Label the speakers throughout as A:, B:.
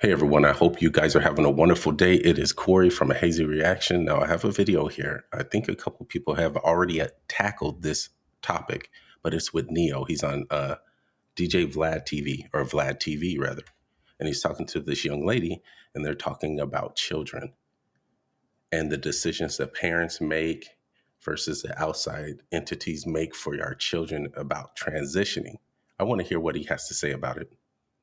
A: Hey everyone, I hope you guys are having a wonderful day. It is Corey from A Hazy Reaction. Now, I have a video here. I think a couple people have already uh, tackled this topic, but it's with Neo. He's on uh, DJ Vlad TV, or Vlad TV rather, and he's talking to this young lady, and they're talking about children and the decisions that parents make versus the outside entities make for our children about transitioning. I want to hear what he has to say about it.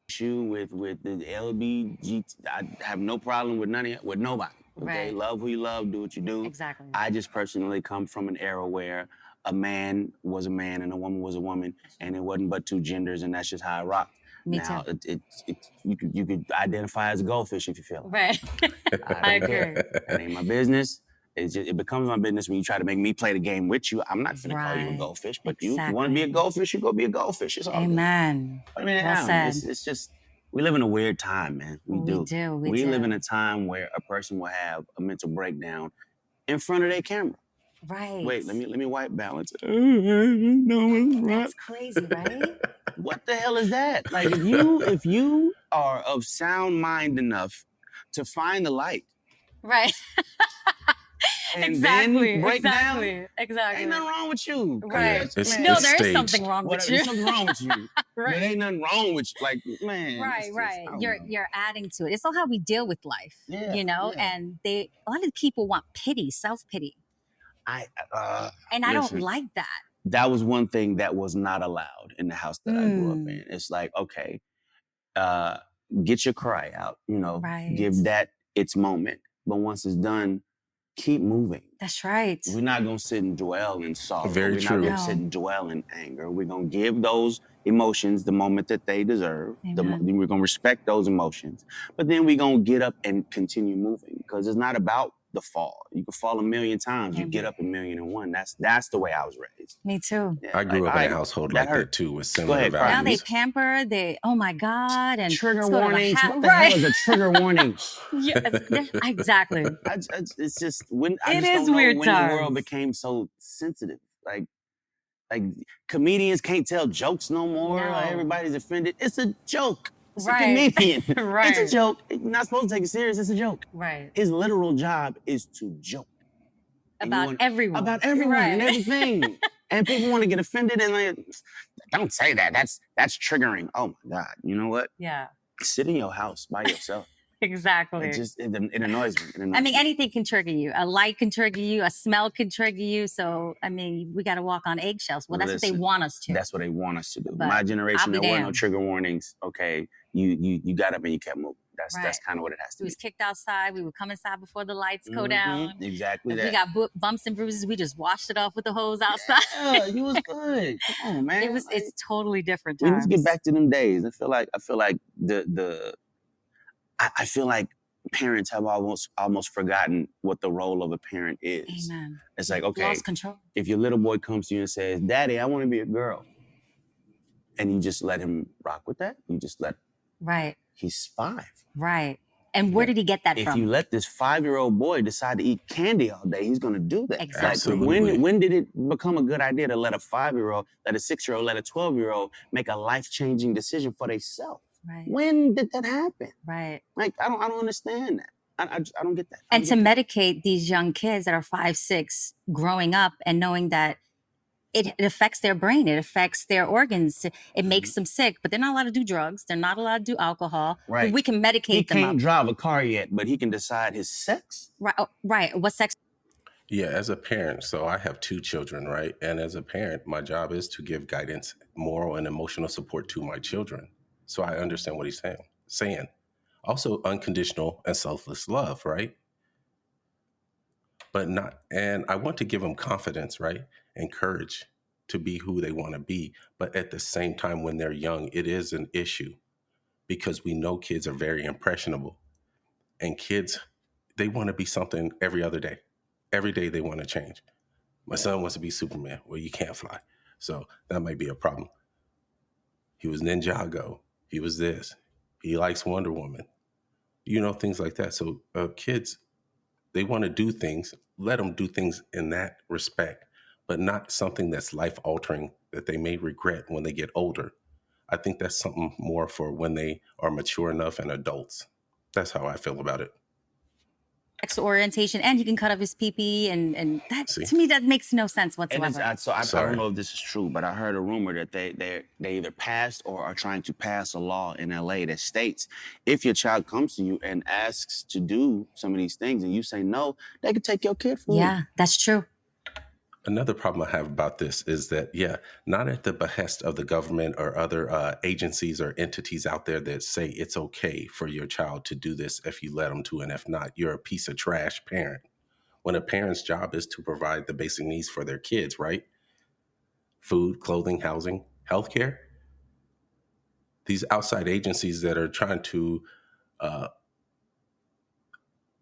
A: issue with with the LBG. I have no problem with none of, with nobody. Okay, Right. love who you love, do what you do. Exactly. I just personally come from an era where a man was a man and a woman was a woman, and it wasn't but two genders, and that's just how I rock. Me now, too. It, it, it, you could you could identify as a goldfish if you feel. Like. it.
B: Oh,
A: Right. I, don't care. That ain't my business. It's just, it becomes my business when you try to make me play the game with you. I'm not gonna call you a Right. goldfish, but you, you want to be a goldfish, you go be a goldfish. It's all good. Amen. I mean, Well yeah, it's, said. it's just we live in a weird time, man. We, do. do. We, we live do. in a time where a person will have a mental breakdown in front of their camera. Right. Wait, let me let me white balance. it. no, it's not. That's crazy, right? what the hell is that? Like if you if you are of sound mind enough to find the light. Right. And
B: exactly.
A: then break down.
B: exactly. Exactly.
A: Ain't nothing wrong with you.
B: Right. Yeah, it's-
A: Man,
B: no,
A: it's
B: there is
A: staged.
B: something wrong with
A: Whatever,
B: you.
A: there's something wrong with you.
B: right.
A: There ain't nothing wrong with you. Like, man.
B: Right,
A: it's just-
B: right.
A: I don't
B: You're
A: know.
B: you're adding to it. It's all how we deal with life.
A: Yeah,
B: you know,
A: yeah.
B: and they a lot of people want pity, self-pity.
A: I uh,
B: And I don't
A: listen,
B: like that.
A: that was one thing that was not allowed in the house that I grew up
B: Mm.
A: in. It's like, okay, uh, get your cry out, you know,
B: Right.
A: give that its moment. But once it's done, keep moving.
B: That's right.
A: We're not gonna sit and dwell in sorrow.
C: Very
A: We're
C: true.
A: not gonna sit
B: No.
A: and dwell in anger. We're gonna give those emotions the moment that they deserve. The, mo-
B: Amen.
A: then we're gonna respect those emotions, but then we're gonna get up and continue moving because it's not about the fall. You can fall a million times. You get
B: Amen.
A: up a million and one. That's that's the way I was raised.
B: Me too.
A: Yeah, I grew like, up in a I- household that like that hurt. too, with Go similar ahead, Cardi.
B: Now they
A: values.
B: pamper, they oh my God, and
A: Trigger
B: let's go to the
A: warnings.
B: house.
A: What the hell is
B: Right.
A: a trigger warning?
B: yes. there- Exactly.
A: I, j- I j- it's just when I
B: It
A: just
B: is
A: don't know
B: weird
A: when the world
B: times.
A: became so sensitive. Like like comedians can't tell jokes no more. like,
B: No.
A: everybody's offended. It's a joke. It's a
B: Right.
A: comedian. It's a
B: right.
A: joke. You're not supposed to take it serious. It's a joke.
B: Right.
A: His literal job is to joke. And you
B: About
A: want
B: everyone.
A: about everyone and
B: Mm. Right.
A: everything. and people want to get offended and like, don't say that. That's that's triggering. Oh my God. You know what?
B: yeah.
A: Sit in your house by yourself.
B: Exactly.
A: It just it, it annoys me. It annoys
B: I mean,
A: me.
B: anything can trigger you. A light can trigger you. A smell can trigger you. So, I mean, we got to walk on eggshells. Well, that's what they
A: Listen.
B: want us to.
A: That's what they want us to do.
B: But
A: My
B: I'll
A: generation,
B: be
A: there weren't no
B: damned.
A: trigger warnings. Okay, you you you got up and you kept moving. That's that's
B: Right.
A: kind of what it has to
B: We
A: be.
B: was kicked outside. We would come inside before the lights go
A: Mhm,
B: down.
A: Exactly
B: If we
A: that.
B: got bu- bumps and bruises, we just washed it off with the hose outside.
A: yeah, you was good. Come on, man.
B: it was.
A: Like,
B: It's totally different
A: we need to get
B: times.
A: back to them days. I feel like I feel like the the I, I feel like parents have almost almost forgotten what the role of a parent is.
B: Amen.
A: It's like okay,
B: Lost control.
A: if your little boy comes to you and says, "Daddy, I want to be a girl," and you just let him rock with that, you just let
B: Right.
A: he's five.
B: Right. And where
A: Yeah.
B: did he get that
A: if
B: from?
A: you let this five-year-old boy decide to eat candy all day, he's gonna do that.
B: Exactly.
A: Like
C: Absolutely.
A: when when did it become a good idea to let a five-year-old, let a six-year-old, let a twelve-year-old make a life-changing decision for themselves?
B: Right.
A: When did that happen?
B: Right.
A: Like I don't I don't understand that. I I, just- I don't get that. I
B: And
A: don't
B: to
A: get that.
B: medicate these young kids that are five, six, growing up and knowing that it, it affects their brain it affects their organs it
A: Mm-hmm.
B: makes them sick but they're not allowed to do drugs they're not allowed to do alcohol but
A: Right.
B: we can
A: He
B: medicate them
A: can't
B: up
A: drive a car yet, but he can decide his sex.
B: right oh, right what sex
C: Yeah, as a parent, so I have two children, right? And as a parent, my job is to give guidance, moral and emotional support to my children. So I understand what he's saying. Saying also unconditional and selfless love, right? But not and I want to give them confidence, right? And courage to be who they want to be, but at the same time when they're young, it is an issue because we know kids are very impressionable and kids they want to be something every other day. Every day they want to change my son wants to be Superman. Well, you can't fly. So that might be a problem. He was Ninjago. He was this. He likes Wonder Woman. You know, things like that. So uh, kids, they want to do things. Let them do things in that respect, but not something that's life altering that they may regret when they get older. I think that's something more for when they are mature enough and adults. That's how I feel about it.
B: Sexual orientation, and he can cut up his pee pee, and and that See? to me that makes no sense
A: And it's,
B: whatsoever.
A: I, so I, I don't know if this is true, but I heard a rumor that they they they either passed or are trying to pass a law in LA that states if your child comes to you and asks to do some of these things and you say no, they can take your kid from you.
B: Yeah, that's true.
C: Another problem I have about this is that, yeah, not at the behest of the government or other uh, agencies or entities out there that say it's okay for your child to do this if you let them to, and if not, you're a piece of trash parent. When a parent's job is to provide the basic needs for their kids, right? Food, clothing, housing, healthcare. These outside agencies that are trying to uh,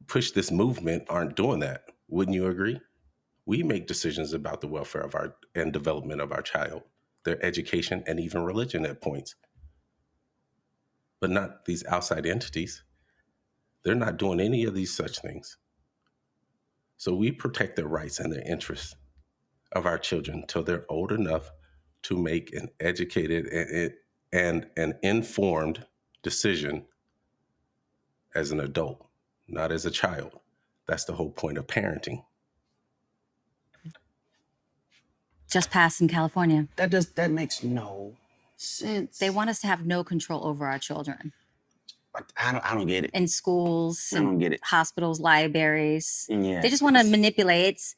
C: push this movement aren't doing that. Wouldn't you agree? we make decisions about the welfare of our and development of our child, their education, and even religion at points. But not these outside entities. They're not doing any of these such things. So we protect their rights and their interests of our children till they're old enough to make an educated and, and an informed decision as an adult, not as a child. That's the whole point of parenting.
B: Just passed in California.
A: That does that makes no sense.
B: They want us to have no control over our children
A: Like, I don't I don't get it.
B: in schools,
A: I
B: and
A: don't get it.
B: hospitals, libraries.
A: Yeah.
B: They just want to
A: it's-
B: manipulate. It's-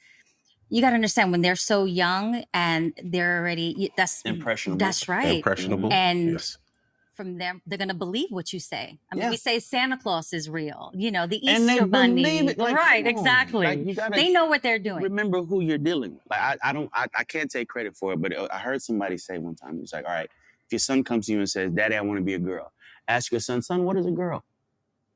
B: You got to understand when they're so young and they're already y- that's
A: impressionable.
B: that's right.
C: Impressionable.
B: And
C: yes.
B: from them, they're gonna believe what you say. I mean,
A: Yeah.
B: we say Santa Claus is real. You know, the Easter
A: And they
B: Bunny.
A: believe it, like,
B: right?
A: come on.
B: Exactly.
A: Like, you gotta-
B: they know what they're doing.
A: remember who you're dealing with. Like I, I don't, I, I can't take credit for it, but it- I heard somebody say one time, he's like, all right, if your son comes to you and says, daddy, I want to be a girl. Ask your son, son, what is a girl?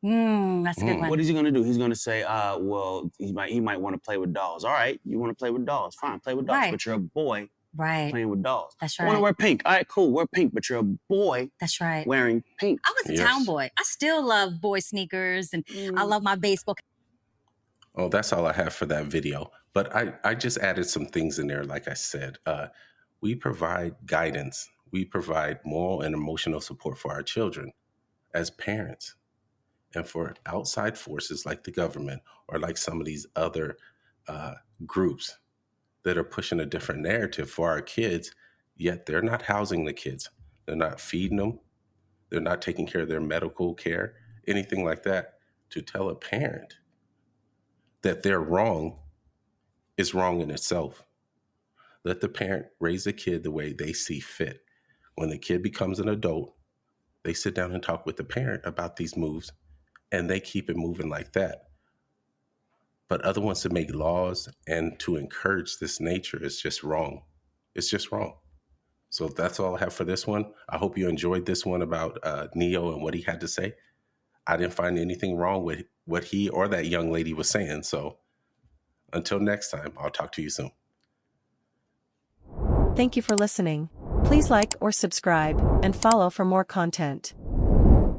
B: Mm, that's a good
C: Mm.
B: one.
A: What is he going to do? He's going to say, uh, well, he might, he might want to play with dolls. All right. You want to play with dolls. Fine. Play with dolls.
B: Right.
A: But you're a boy
B: right.
A: playing with dolls.
B: That's
A: I want to
B: right.
A: wear pink. All right, cool. Wear pink, but you're a boy
B: That's right.
A: wearing pink.
B: I was a
C: Yes.
B: town boy. I still love boy sneakers and
A: Mm.
B: I love my baseball. cap.
C: Oh, that's all I have for that video. But I, I just added some things in there, like I said. Uh, we provide guidance, we provide moral and emotional support for our children as parents and for outside forces like the government or like some of these other uh, groups that are pushing a different narrative for our kids, yet they're not housing the kids, they're not feeding them, they're not taking care of their medical care, anything like that. To tell a parent that they're wrong is wrong in itself. Let the parent raise the kid the way they see fit. When the kid becomes an adult, they sit down and talk with the parent about these moves and they keep it moving like that. But other ones to make laws and to encourage this nature is just wrong. It's just wrong. So that's all I have for this one. I hope you enjoyed this one about uh, Neo and what he had to say. I didn't find anything wrong with what he or that young lady was saying. So until next time, I'll talk to you soon.
D: Thank you for listening. Please like or subscribe, and follow for more content.